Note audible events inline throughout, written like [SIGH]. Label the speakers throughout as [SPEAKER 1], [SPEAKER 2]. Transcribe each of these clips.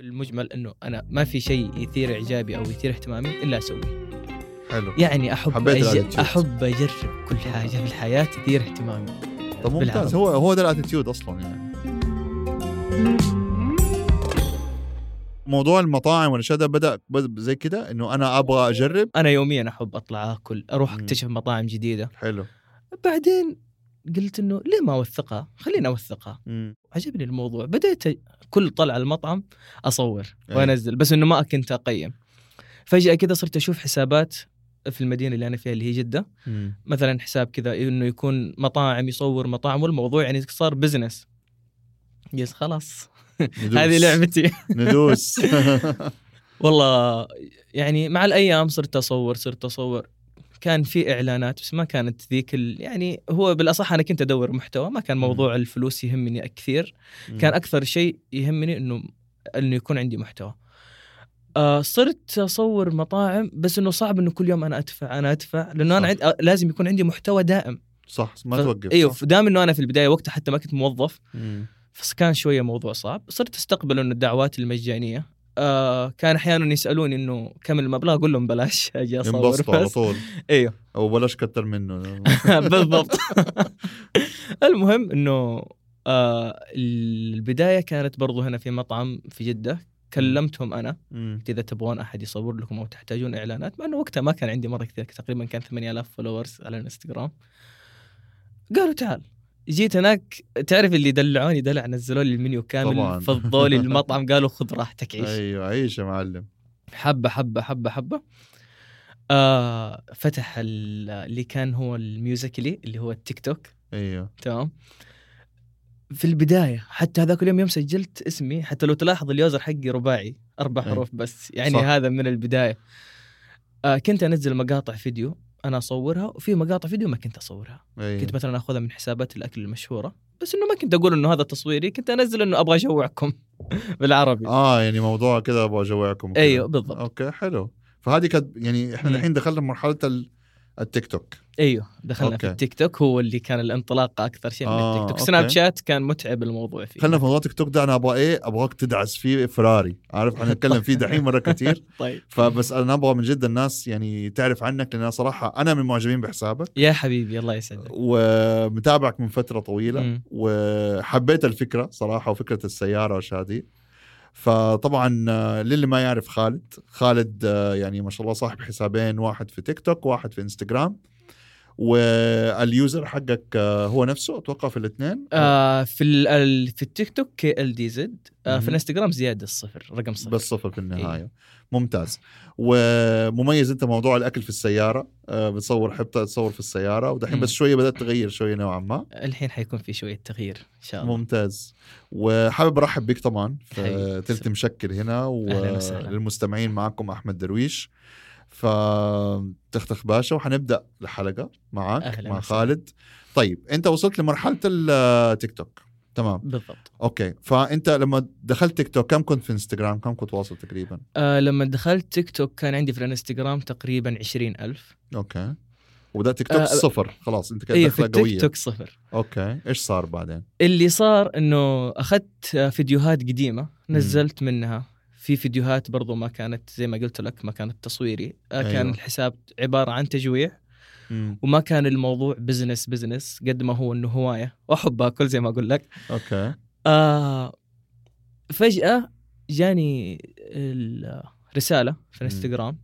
[SPEAKER 1] بالمجمل انه انا ما في شيء يثير اعجابي او يثير اهتمامي الا اسويه
[SPEAKER 2] حلو
[SPEAKER 1] يعني احب
[SPEAKER 2] حبيت
[SPEAKER 1] أج...
[SPEAKER 2] الاتيتيود.
[SPEAKER 1] احب اجرب كل حاجه في الحياه تثير اهتمامي
[SPEAKER 2] طب ممتاز
[SPEAKER 1] بالعربي.
[SPEAKER 2] هو هو ده الاتيتيود اصلا يعني موضوع المطاعم والاشياء ده بدا بد- زي كده انه انا ابغى اجرب
[SPEAKER 1] انا يوميا احب اطلع اكل اروح
[SPEAKER 2] مم.
[SPEAKER 1] اكتشف مطاعم جديده
[SPEAKER 2] حلو
[SPEAKER 1] بعدين قلت انه ليه ما اوثقها خليني اوثقها
[SPEAKER 2] مم.
[SPEAKER 1] عجبني الموضوع بديت أ- كل طلعه المطعم اصور
[SPEAKER 2] أي.
[SPEAKER 1] وانزل بس انه ما كنت اقيم فجاه كذا صرت اشوف حسابات في المدينه اللي انا فيها اللي هي جده
[SPEAKER 2] مم.
[SPEAKER 1] مثلا حساب كذا انه يكون مطاعم يصور مطاعم والموضوع يعني صار بزنس قلت خلاص
[SPEAKER 2] ندوس.
[SPEAKER 1] هذه لعبتي
[SPEAKER 2] [LAUGHS]
[SPEAKER 1] [LAUGHS]
[SPEAKER 2] ندوس
[SPEAKER 1] والله يعني مع الايام صرت اصور صرت اصور كان في اعلانات بس ما كانت ذيك ال... يعني هو بالاصح انا كنت ادور محتوى ما كان
[SPEAKER 2] مم.
[SPEAKER 1] موضوع الفلوس يهمني كثير كان اكثر شيء يهمني انه انه يكون عندي محتوى آه صرت اصور مطاعم بس انه صعب انه كل يوم انا ادفع انا ادفع لانه انا
[SPEAKER 2] صح.
[SPEAKER 1] عند... آه، لازم يكون عندي محتوى دائم
[SPEAKER 2] صح ما
[SPEAKER 1] ف-
[SPEAKER 2] توقف
[SPEAKER 1] ايوه
[SPEAKER 2] صح؟
[SPEAKER 1] دام انه انا في البدايه وقتها حتى ما كنت موظف
[SPEAKER 2] مم.
[SPEAKER 1] فكان شويه موضوع صعب صرت استقبل انه الدعوات المجانيه آه كان احيانا يسالوني انه كم المبلغ اقول لهم بلاش [LAUGHS] اجي اصور
[SPEAKER 2] ينبسطوا على
[SPEAKER 1] بس
[SPEAKER 2] طول [LAUGHS]
[SPEAKER 1] ايوه
[SPEAKER 2] او بلاش كتر منه
[SPEAKER 1] [LAUGHS] بالضبط [LAUGHS] المهم انه آه البدايه كانت برضو هنا في مطعم في جده كلمتهم انا
[SPEAKER 2] مم.
[SPEAKER 1] اذا تبغون احد يصور لكم او تحتاجون اعلانات مع انه وقتها ما كان عندي مره كثير تقريبا كان 8000 فولورز على الانستغرام قالوا تعال جيت هناك تعرف اللي دلعوني دلع نزلوا لي المنيو
[SPEAKER 2] طبعاً.
[SPEAKER 1] كامل فضوا لي المطعم قالوا خذ راحتك عيش
[SPEAKER 2] ايوه عيش يا معلم
[SPEAKER 1] حبه حبه حبه حبه آه فتح ال- اللي كان هو الميوزيكلي اللي هو التيك توك
[SPEAKER 2] ايوه
[SPEAKER 1] تمام في البدايه حتى هذاك اليوم يوم سجلت اسمي حتى لو تلاحظ اليوزر حقي رباعي اربع
[SPEAKER 2] أي.
[SPEAKER 1] حروف بس يعني
[SPEAKER 2] صح.
[SPEAKER 1] صح. هذا من البدايه آه كنت انزل مقاطع فيديو انا اصورها وفي مقاطع فيديو ما كنت اصورها
[SPEAKER 2] ايوه
[SPEAKER 1] كنت مثلا اخذها من حسابات الاكل المشهوره بس انه ما كنت اقول انه هذا تصويري كنت انزل انه ابغى اجوعكم [LAUGHS] بالعربي
[SPEAKER 2] اه يعني موضوع كذا ابغى اجوعكم وكذا.
[SPEAKER 1] ايوه بالضبط
[SPEAKER 2] اوكي حلو فهذه كانت يعني احنا
[SPEAKER 1] مم.
[SPEAKER 2] الحين دخلنا مرحله ال- التيك توك
[SPEAKER 1] ايوه دخلنا
[SPEAKER 2] أوكي.
[SPEAKER 1] في التيك توك هو اللي كان الانطلاق اكثر شيء من
[SPEAKER 2] آه،
[SPEAKER 1] التيك توك
[SPEAKER 2] أوكي.
[SPEAKER 1] سناب شات كان متعب الموضوع فيه
[SPEAKER 2] خلينا في موضوع تيك توك ده انا ابغى ايه ابغاك تدعس فيه فراري عارف حنتكلم فيه دحين مره
[SPEAKER 1] [LAUGHS]
[SPEAKER 2] كتير
[SPEAKER 1] طيب
[SPEAKER 2] فبس انا ابغى من جد الناس يعني تعرف عنك لان أنا صراحه انا من معجبين بحسابك
[SPEAKER 1] يا حبيبي الله يسعدك
[SPEAKER 2] ومتابعك من فتره طويله
[SPEAKER 1] مم.
[SPEAKER 2] وحبيت الفكره صراحه وفكره السياره والاشياء دي فطبعا آه، للي ما يعرف خالد خالد آه، يعني ما شاء الله صاحب حسابين واحد في تيك توك واحد في انستغرام واليوزر حقك آه، هو نفسه اتوقع في الاثنين
[SPEAKER 1] آه في ال- ال- في التيك توك كي ال دي زد آه
[SPEAKER 2] مهم.
[SPEAKER 1] في الانستغرام زياده الصفر رقم صفر
[SPEAKER 2] بس صفر في
[SPEAKER 1] إيه.
[SPEAKER 2] النهايه ممتاز ومميز انت موضوع الاكل في السياره آه، بتصور حبتها تصور في السياره ودحين
[SPEAKER 1] مم.
[SPEAKER 2] بس شويه بدات تغير شويه نوعا ما
[SPEAKER 1] الحين حيكون في شويه تغيير ان شاء الله
[SPEAKER 2] ممتاز وحابب ارحب بك طبعا في
[SPEAKER 1] حبيبي.
[SPEAKER 2] تلت مشكل هنا
[SPEAKER 1] أهلاً وسهلاً.
[SPEAKER 2] وللمستمعين معكم احمد درويش فتختخ باشا وحنبدا الحلقه معك
[SPEAKER 1] أهلاً
[SPEAKER 2] مع
[SPEAKER 1] وسهلاً.
[SPEAKER 2] خالد طيب انت وصلت لمرحله التيك توك تمام
[SPEAKER 1] بالضبط
[SPEAKER 2] اوكي فانت لما دخلت تيك توك كم كنت في انستغرام كم كنت واصل تقريبا
[SPEAKER 1] آه لما دخلت تيك توك كان عندي في الانستغرام تقريبا 20000 ألف
[SPEAKER 2] اوكي وبدات تيك توك
[SPEAKER 1] آه،
[SPEAKER 2] صفر خلاص انت كده
[SPEAKER 1] اي في
[SPEAKER 2] دخله قويه
[SPEAKER 1] التيك توك صفر
[SPEAKER 2] اوكي ايش صار بعدين
[SPEAKER 1] اللي صار انه اخذت آه، فيديوهات قديمه نزلت منها في فيديوهات برضو ما كانت زي ما قلت لك ما كانت تصويري آه كان
[SPEAKER 2] أيوة.
[SPEAKER 1] الحساب عباره عن تجويع
[SPEAKER 2] مم.
[SPEAKER 1] وما كان الموضوع بزنس بزنس قد ما هو انه هوايه واحب اكل زي ما اقول لك
[SPEAKER 2] اوكي
[SPEAKER 1] آه فجأة جاني ال- رسالة في الانستغرام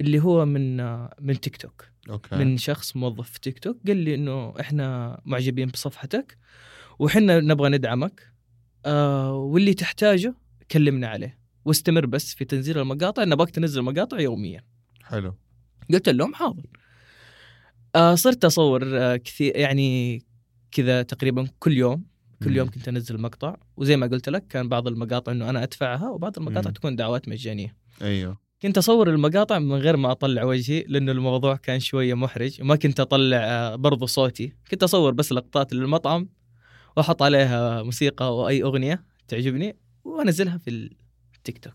[SPEAKER 1] اللي هو من آه، من تيك توك
[SPEAKER 2] اوكي
[SPEAKER 1] من شخص موظف في تيك توك قال لي انه احنا معجبين بصفحتك وحنا نبغى ندعمك آه واللي تحتاجه كلمنا عليه واستمر بس في تنزيل المقاطع نبغاك تنزل مقاطع يوميا
[SPEAKER 2] حلو
[SPEAKER 1] قلت لهم حاضر آه صرت اصور آه كثير يعني كذا تقريبا كل يوم كل يوم
[SPEAKER 2] مم.
[SPEAKER 1] كنت انزل مقطع وزي ما قلت لك كان بعض المقاطع انه انا ادفعها وبعض المقاطع
[SPEAKER 2] مم.
[SPEAKER 1] تكون دعوات مجانيه
[SPEAKER 2] ايوه
[SPEAKER 1] كنت اصور المقاطع من غير ما اطلع وجهي لانه الموضوع كان شويه محرج وما كنت اطلع آه، برضو صوتي كنت اصور بس لقطات للمطعم واحط عليها موسيقى واي اغنيه تعجبني وانزلها في التيك توك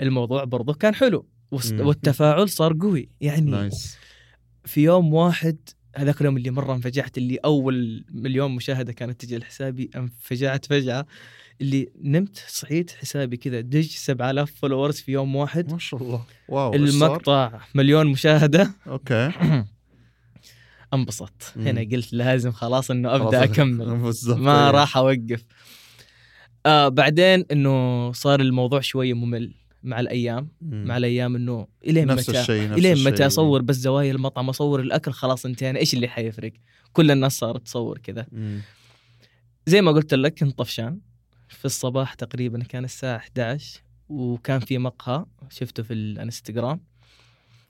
[SPEAKER 1] الموضوع برضو كان حلو وس-
[SPEAKER 2] مم.
[SPEAKER 1] والتفاعل صار قوي يعني
[SPEAKER 2] [LAUGHS] نايس
[SPEAKER 1] في يوم واحد هذاك اليوم اللي مره انفجعت اللي اول مليون مشاهده كانت تجي لحسابي انفجعت فجعه اللي نمت صحيت حسابي كذا دج 7000 فولورز في يوم واحد
[SPEAKER 2] ما شاء الله واو إيش صار؟
[SPEAKER 1] المقطع مليون
[SPEAKER 2] [COUGHS]
[SPEAKER 1] مشاهده
[SPEAKER 2] اوكي
[SPEAKER 1] انبسطت
[SPEAKER 2] مم.
[SPEAKER 1] هنا قلت لازم خلاص انه ابدا
[SPEAKER 2] خلاص. [LAUGHS]
[SPEAKER 1] اكمل
[SPEAKER 2] بالضبط.
[SPEAKER 1] ما
[SPEAKER 2] إيه.
[SPEAKER 1] راح اوقف آه بعدين انه صار الموضوع شويه ممل مع الايام
[SPEAKER 2] مم.
[SPEAKER 1] مع الايام انه الين
[SPEAKER 2] نفس
[SPEAKER 1] متى
[SPEAKER 2] الشيء نفس
[SPEAKER 1] الين متى
[SPEAKER 2] الشيء. إيه.
[SPEAKER 1] اصور بس زوايا المطعم اصور الاكل خلاص انتهينا ايش اللي حيفرق كل الناس صارت تصور كذا
[SPEAKER 2] مم.
[SPEAKER 1] زي ما قلت لك كنت طفشان في الصباح تقريبا كان الساعة 11 وكان في مقهى شفته في الانستغرام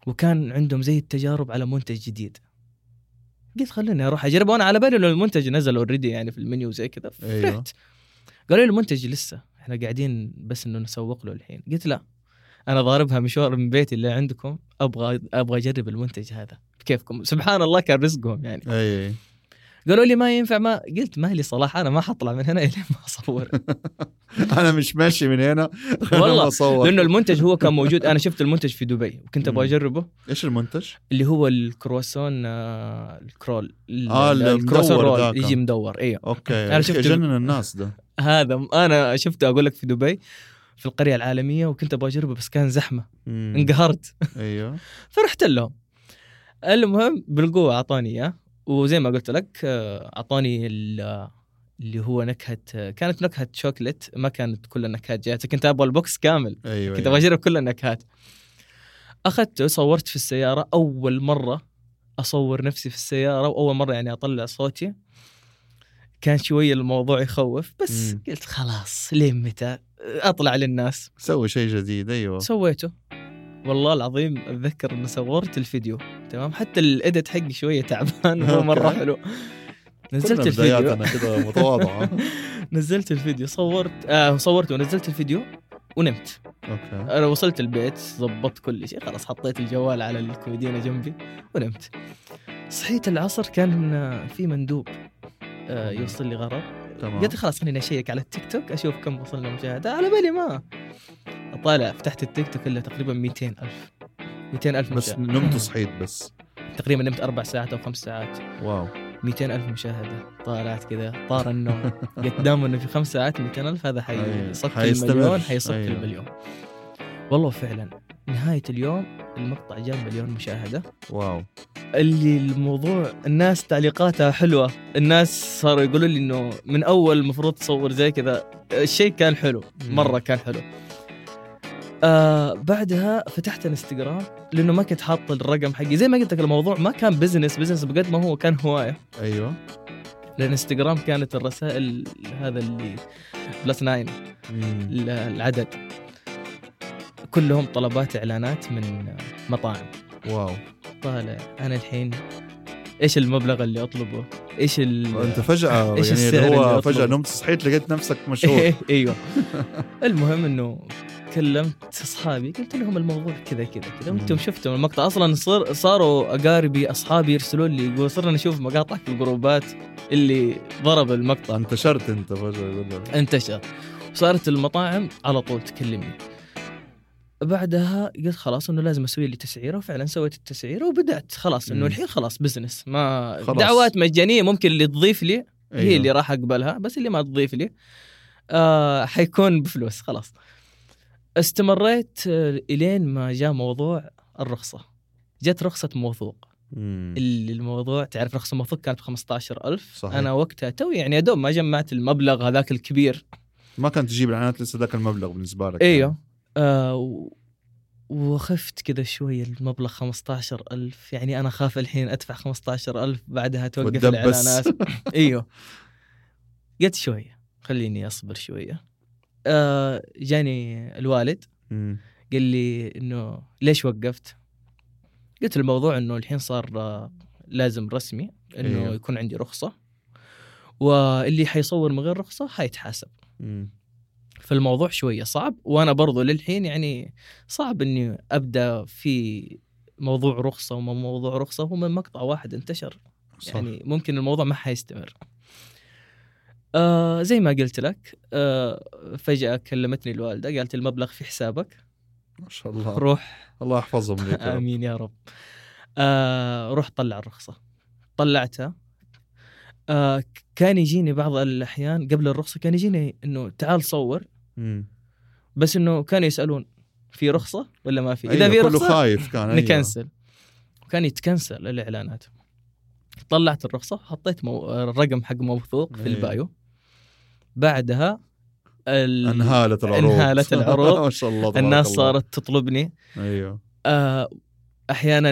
[SPEAKER 1] وكان عندهم زي التجارب على منتج جديد قلت خليني اروح اجرب وانا على بالي انه المنتج نزل اوريدي يعني في المنيو زي كذا
[SPEAKER 2] أيوة.
[SPEAKER 1] فرحت قالوا لي المنتج لسه احنا قاعدين بس انه نسوق له الحين قلت لا انا ضاربها مشوار من بيتي اللي عندكم ابغى ابغى اجرب المنتج هذا بكيفكم سبحان الله كان رزقهم يعني
[SPEAKER 2] [LAUGHS] اي
[SPEAKER 1] قالوا لي ما ينفع ما قلت ما لي صلاح انا ما حطلع من هنا [LAUGHS] الين ما اصور
[SPEAKER 2] [LAUGHS] انا مش ماشي من هنا [LAUGHS]
[SPEAKER 1] والله،
[SPEAKER 2] اصور
[SPEAKER 1] لانه المنتج هو كان موجود انا شفت المنتج في دبي وكنت ابغى
[SPEAKER 2] مم.
[SPEAKER 1] اجربه
[SPEAKER 2] ايش المنتج؟
[SPEAKER 1] اللي هو الكرواسون آه، الكرول ال-
[SPEAKER 2] آه،
[SPEAKER 1] ال-
[SPEAKER 2] المدور
[SPEAKER 1] الكرواسون رول
[SPEAKER 2] ذاك.
[SPEAKER 1] يجي مدور ايوه
[SPEAKER 2] اوكي
[SPEAKER 1] أنا
[SPEAKER 2] أنا
[SPEAKER 1] شفت-
[SPEAKER 2] شفت يجنن الناس ده
[SPEAKER 1] هذا م- انا شفته اقول لك في دبي في القريه العالميه وكنت ابغى اجربه بس كان زحمه
[SPEAKER 2] مم.
[SPEAKER 1] انقهرت
[SPEAKER 2] ايوه
[SPEAKER 1] فرحت لهم المهم بالقوه اعطاني اياه وزي ما قلت لك آه، اعطاني ال- اللي هو نكهه آه، كانت نكهه شوكليت ما كانت كل النكهات جاهزه كنت ابغى البوكس كامل
[SPEAKER 2] ايوه
[SPEAKER 1] كنت ابغى اجرب كل النكهات اخذته صورت في السياره اول مره اصور نفسي في السياره واول مره يعني اطلع صوتي كان شويه الموضوع يخوف بس
[SPEAKER 2] مم.
[SPEAKER 1] قلت خلاص لين متى اطلع للناس
[SPEAKER 2] سوي شيء جديد ايوه
[SPEAKER 1] سويته والله العظيم اتذكر اني صورت الفيديو تمام حتى الاديت حقي شويه تعبان مو مره
[SPEAKER 2] أوكي.
[SPEAKER 1] حلو نزلت
[SPEAKER 2] كلنا
[SPEAKER 1] الفيديو
[SPEAKER 2] بداياتنا
[SPEAKER 1] [LAUGHS]
[SPEAKER 2] كده متواضعه
[SPEAKER 1] نزلت الفيديو صورت آه صورت ونزلت الفيديو ونمت
[SPEAKER 2] اوكي
[SPEAKER 1] انا وصلت البيت ظبطت كل شيء خلاص حطيت الجوال على الكوميدينا جنبي ونمت صحيت العصر كان آه، في مندوب آه، يوصل لي غرض
[SPEAKER 2] تمام
[SPEAKER 1] قلت خلاص خليني اشيك على التيك توك اشوف كم وصلنا مشاهده على بالي ما طالع فتحت التيك توك الا تقريبا 200 الف 200 الف
[SPEAKER 2] بس
[SPEAKER 1] مشاهده
[SPEAKER 2] نمت وصحيت بس
[SPEAKER 1] تقريبا نمت اربع ساعات او خمس ساعات
[SPEAKER 2] واو
[SPEAKER 1] 200 الف مشاهده طالعت كذا طار
[SPEAKER 2] [LAUGHS]
[SPEAKER 1] النوم قلت دام انه في خمس ساعات 200 الف هذا
[SPEAKER 2] أيوة.
[SPEAKER 1] حيصك
[SPEAKER 2] حيستمر.
[SPEAKER 1] المليون حيصك
[SPEAKER 2] أيوة.
[SPEAKER 1] المليون والله فعلا نهايه اليوم المقطع جاب مليون مشاهده
[SPEAKER 2] واو
[SPEAKER 1] اللي الموضوع الناس تعليقاتها حلوه الناس صاروا يقولوا لي انه من اول المفروض تصور زي كذا الشيء كان حلو
[SPEAKER 2] مم.
[SPEAKER 1] مره كان حلو آه بعدها فتحت انستغرام لانه ما كنت حاط الرقم حقي زي ما قلت لك الموضوع ما كان بزنس بزنس بقد ما هو كان هوايه
[SPEAKER 2] ايوه
[SPEAKER 1] الانستغرام كانت الرسائل هذا اللي بلس ناين
[SPEAKER 2] مم.
[SPEAKER 1] ال- العدد كلهم طلبات اعلانات من مطاعم
[SPEAKER 2] واو
[SPEAKER 1] طالع انا الحين ايش المبلغ اللي اطلبه؟ ايش [LAUGHS] ال
[SPEAKER 2] انت فجاه
[SPEAKER 1] إيش
[SPEAKER 2] يعني
[SPEAKER 1] السعر اللي
[SPEAKER 2] اللي هو فجاه
[SPEAKER 1] أطلبه؟
[SPEAKER 2] نمت صحيت لقيت نفسك مشهور
[SPEAKER 1] [LAUGHS] إيه، ايوه المهم انه كلمت اصحابي قلت لهم الموضوع كذا كذا كذا وانتم
[SPEAKER 2] مم.
[SPEAKER 1] شفتم المقطع اصلا صار صاروا اقاربي اصحابي يرسلوا لي يقولوا صرنا نشوف مقاطع في الجروبات اللي ضرب المقطع
[SPEAKER 2] انتشرت انت فجاه
[SPEAKER 1] انتشر صارت المطاعم على طول تكلمني بعدها قلت خلاص انه لازم اسوي لي تسعيره وفعلا سويت التسعيره وبدات خلاص انه
[SPEAKER 2] مم.
[SPEAKER 1] الحين خلاص بزنس ما
[SPEAKER 2] خلاص.
[SPEAKER 1] دعوات مجانيه ممكن اللي تضيف لي هي اللي
[SPEAKER 2] أيوة.
[SPEAKER 1] راح اقبلها بس اللي ما تضيف لي آه حيكون بفلوس خلاص استمريت آه، الين ما جاء موضوع الرخصه جت رخصه موثوق
[SPEAKER 2] مم.
[SPEAKER 1] اللي الموضوع تعرف رخصه موثوق كانت ب 15000
[SPEAKER 2] صحيح.
[SPEAKER 1] انا وقتها توي يعني يا دوب ما جمعت المبلغ هذاك الكبير
[SPEAKER 2] ما كانت تجيب الاعلانات لسه ذاك المبلغ بالنسبه لك يعني.
[SPEAKER 1] ايوه آه و... وخفت كذا شوية المبلغ 15000 يعني أنا خاف الحين أدفع 15000 بعدها توقف
[SPEAKER 2] وتدبس.
[SPEAKER 1] الإعلانات
[SPEAKER 2] [LAUGHS]
[SPEAKER 1] ايوه قلت شوية خليني أصبر شوية آه جاني الوالد
[SPEAKER 2] مم.
[SPEAKER 1] قال لي إنه ليش وقفت؟ قلت الموضوع إنه الحين صار آه، لازم رسمي إنه
[SPEAKER 2] أيوه.
[SPEAKER 1] يكون عندي رخصة واللي حيصور من غير رخصة حيتحاسب
[SPEAKER 2] مم.
[SPEAKER 1] فالموضوع شويه صعب وانا برضو للحين يعني صعب اني ابدا في موضوع رخصه وما موضوع رخصه هو من مقطع واحد انتشر
[SPEAKER 2] صح.
[SPEAKER 1] يعني ممكن الموضوع ما حيستمر آه زي ما قلت لك آه فجاه كلمتني الوالده قالت المبلغ في حسابك
[SPEAKER 2] ما شاء الله
[SPEAKER 1] روح
[SPEAKER 2] الله يحفظهم لك آه، يا رب.
[SPEAKER 1] امين يا رب آه روح طلع الرخصه طلعتها آه كان يجيني بعض الاحيان قبل الرخصه كان يجيني انه تعال صور
[SPEAKER 2] مم.
[SPEAKER 1] بس انه كانوا يسالون في رخصه ولا ما في؟ اذا
[SPEAKER 2] أيوة،
[SPEAKER 1] في
[SPEAKER 2] كله
[SPEAKER 1] رخصه
[SPEAKER 2] خايف كان أيوة.
[SPEAKER 1] نكنسل وكان يتكنسل الاعلانات طلعت الرخصه حطيت مو... الرقم حق موثوق في
[SPEAKER 2] إيه.
[SPEAKER 1] البايو بعدها ال...
[SPEAKER 2] انهالت العروض [LAUGHS]
[SPEAKER 1] انهالت العروض.
[SPEAKER 2] ما شاء الله تبارك
[SPEAKER 1] الناس
[SPEAKER 2] الله.
[SPEAKER 1] صارت تطلبني
[SPEAKER 2] ايوه
[SPEAKER 1] آه، احيانا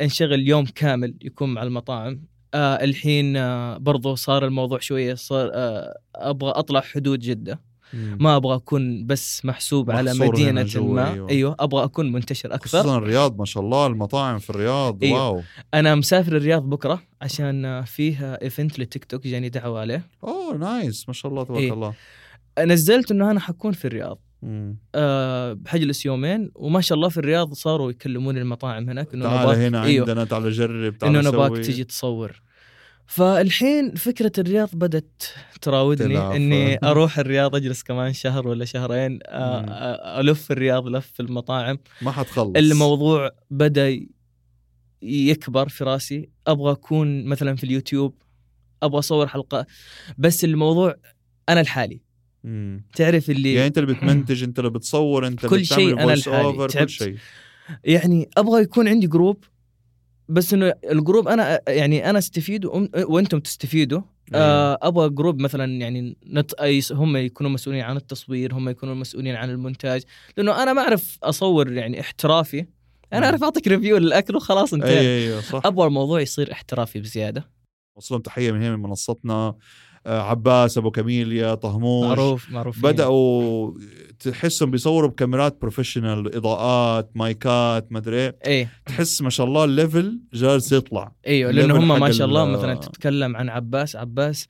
[SPEAKER 1] انشغل يوم كامل يكون مع المطاعم آه، الحين آه، برضو صار الموضوع شويه صار آه، ابغى اطلع حدود جده ما ابغى اكون بس محسوب على
[SPEAKER 2] محصور هنا
[SPEAKER 1] مدينه
[SPEAKER 2] جوا،
[SPEAKER 1] ما
[SPEAKER 2] أيوة.
[SPEAKER 1] ايوه ابغى اكون منتشر اكثر
[SPEAKER 2] خصوصا الرياض ما شاء الله المطاعم في الرياض
[SPEAKER 1] أيوة.
[SPEAKER 2] واو
[SPEAKER 1] انا مسافر الرياض بكره عشان آه، فيها ايفنت لتيك توك جاني دعوه عليه
[SPEAKER 2] اوه نايس ما شاء الله تبارك
[SPEAKER 1] إيه.
[SPEAKER 2] الله
[SPEAKER 1] نزلت انه انا حكون في الرياض
[SPEAKER 2] مم.
[SPEAKER 1] أه بحجلس يومين وما شاء الله في الرياض صاروا يكلمون المطاعم هناك انه نبغاك-
[SPEAKER 2] تعال هنا
[SPEAKER 1] أيوة.
[SPEAKER 2] عندنا تعال جرب تعال
[SPEAKER 1] انه نباك
[SPEAKER 2] سوي.
[SPEAKER 1] تجي تصور فالحين فكره الرياض بدت تراودني
[SPEAKER 2] تلعب.
[SPEAKER 1] اني
[SPEAKER 2] [LAUGHS]
[SPEAKER 1] اروح الرياض اجلس كمان شهر ولا شهرين أ-
[SPEAKER 2] مم.
[SPEAKER 1] أ- الف الرياض لف في المطاعم
[SPEAKER 2] ما حتخلص
[SPEAKER 1] الموضوع بدا يكبر في راسي ابغى اكون مثلا في اليوتيوب ابغى اصور حلقه بس الموضوع انا لحالي
[SPEAKER 2] مم.
[SPEAKER 1] تعرف اللي
[SPEAKER 2] يعني انت اللي بتمنتج انت اللي بتصور انت
[SPEAKER 1] كل
[SPEAKER 2] اللي بتعمل
[SPEAKER 1] شيء أنا
[SPEAKER 2] voice
[SPEAKER 1] لحالي.
[SPEAKER 2] over، كل
[SPEAKER 1] تعبت.
[SPEAKER 2] شيء
[SPEAKER 1] يعني ابغى يكون عندي جروب بس انه الجروب انا يعني انا استفيد وأم- وانتم تستفيدوا آه، ابغى جروب مثلا يعني نت... أي- هم يكونوا مسؤولين عن التصوير هم يكونوا مسؤولين عن المونتاج لانه انا ما اعرف اصور يعني احترافي
[SPEAKER 2] مم. أيوة،
[SPEAKER 1] انا اعرف اعطيك ريفيو للاكل وخلاص
[SPEAKER 2] اي
[SPEAKER 1] انتهى
[SPEAKER 2] اي صح
[SPEAKER 1] ابغى الموضوع يصير احترافي بزياده
[SPEAKER 2] وصل لهم تحيه من هنا من منصتنا آه، عباس ابو كاميليا طهموش
[SPEAKER 1] معروف معروف
[SPEAKER 2] بداوا تحسهم بيصوروا بكاميرات بروفيشنال اضاءات مايكات ما ادري ايه
[SPEAKER 1] ايه
[SPEAKER 2] تحس ما شاء الله الليفل جالس يطلع
[SPEAKER 1] ايوه لانه
[SPEAKER 2] level
[SPEAKER 1] هم
[SPEAKER 2] حق
[SPEAKER 1] ما شاء الله
[SPEAKER 2] ال-
[SPEAKER 1] مثلا تتكلم عن عباس عباس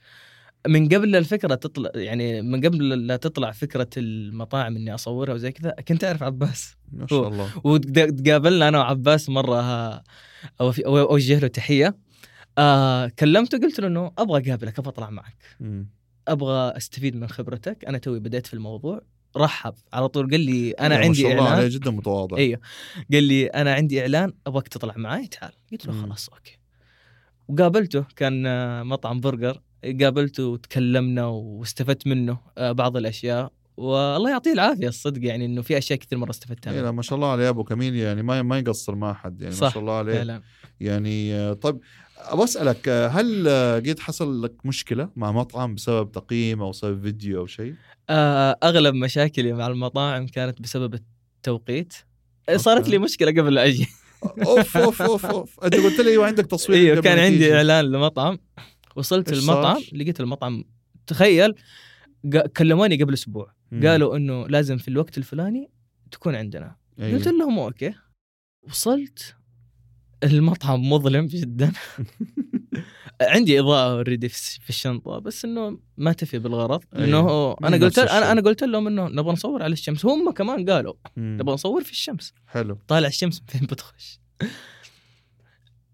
[SPEAKER 1] من قبل الفكره تطلع يعني من قبل لا تطلع فكره المطاعم اني اصورها وزي كذا كنت اعرف عباس
[SPEAKER 2] ما شاء
[SPEAKER 1] هو-
[SPEAKER 2] الله
[SPEAKER 1] وتقابلنا انا وعباس مره ها- أو- أو- اوجه له تحيه آه كلمته قلت له انه ابغى اقابلك ابغى اطلع معك
[SPEAKER 2] مم.
[SPEAKER 1] ابغى استفيد من خبرتك انا توي بديت في الموضوع رحب على طول قال لي انا
[SPEAKER 2] ما
[SPEAKER 1] عندي
[SPEAKER 2] شاء الله عليه
[SPEAKER 1] اعلان
[SPEAKER 2] جدا متواضع
[SPEAKER 1] إيه. قال لي انا عندي اعلان ابغاك تطلع معي تعال قلت له
[SPEAKER 2] مم.
[SPEAKER 1] خلاص اوكي وقابلته كان آه، مطعم برجر قابلته وتكلمنا واستفدت منه آه، بعض الاشياء والله يعطيه العافيه الصدق يعني انه في اشياء كثير مره استفدتها
[SPEAKER 2] إيه
[SPEAKER 1] منه
[SPEAKER 2] لا ما شاء الله عليه ابو كاميليا يعني ما ما يقصر مع حد يعني ما
[SPEAKER 1] صح.
[SPEAKER 2] شاء الله عليه
[SPEAKER 1] فعلا
[SPEAKER 2] يعني آه، طب ابغى اسالك آه، هل آه، قد حصل لك مشكله مع مطعم بسبب تقييم او بسبب فيديو او شيء؟
[SPEAKER 1] آه، اغلب مشاكلي مع المطاعم كانت بسبب التوقيت آه، صارت
[SPEAKER 2] أوكي.
[SPEAKER 1] لي مشكله قبل لا
[SPEAKER 2] [LAUGHS]
[SPEAKER 1] اجي
[SPEAKER 2] اوف اوف اوف اوف انت قلت لي ايوه عندك تصوير
[SPEAKER 1] ايوه
[SPEAKER 2] قبل
[SPEAKER 1] كان
[SPEAKER 2] ما
[SPEAKER 1] عندي
[SPEAKER 2] تيجي.
[SPEAKER 1] اعلان لمطعم وصلت
[SPEAKER 2] إيش صار؟
[SPEAKER 1] المطعم لقيت المطعم تخيل ق- كلموني قبل اسبوع
[SPEAKER 2] مم.
[SPEAKER 1] قالوا انه لازم في الوقت الفلاني تكون عندنا
[SPEAKER 2] أيوة.
[SPEAKER 1] قلت لهم اوكي وصلت المطعم مظلم
[SPEAKER 2] [LAUGHS]
[SPEAKER 1] جدا عندي اضاءه اوريدي في في الشنطه بس انه ما تفي بالغرض انه
[SPEAKER 2] ما
[SPEAKER 1] انا
[SPEAKER 2] هي
[SPEAKER 1] قلت
[SPEAKER 2] أيوة. نفس الشيء.
[SPEAKER 1] انا انا قلت لهم انه نبغى نصور على الشمس هم كمان قالوا
[SPEAKER 2] مم.
[SPEAKER 1] نبغى نصور في الشمس
[SPEAKER 2] حلو
[SPEAKER 1] طالع الشمس من فين بتخش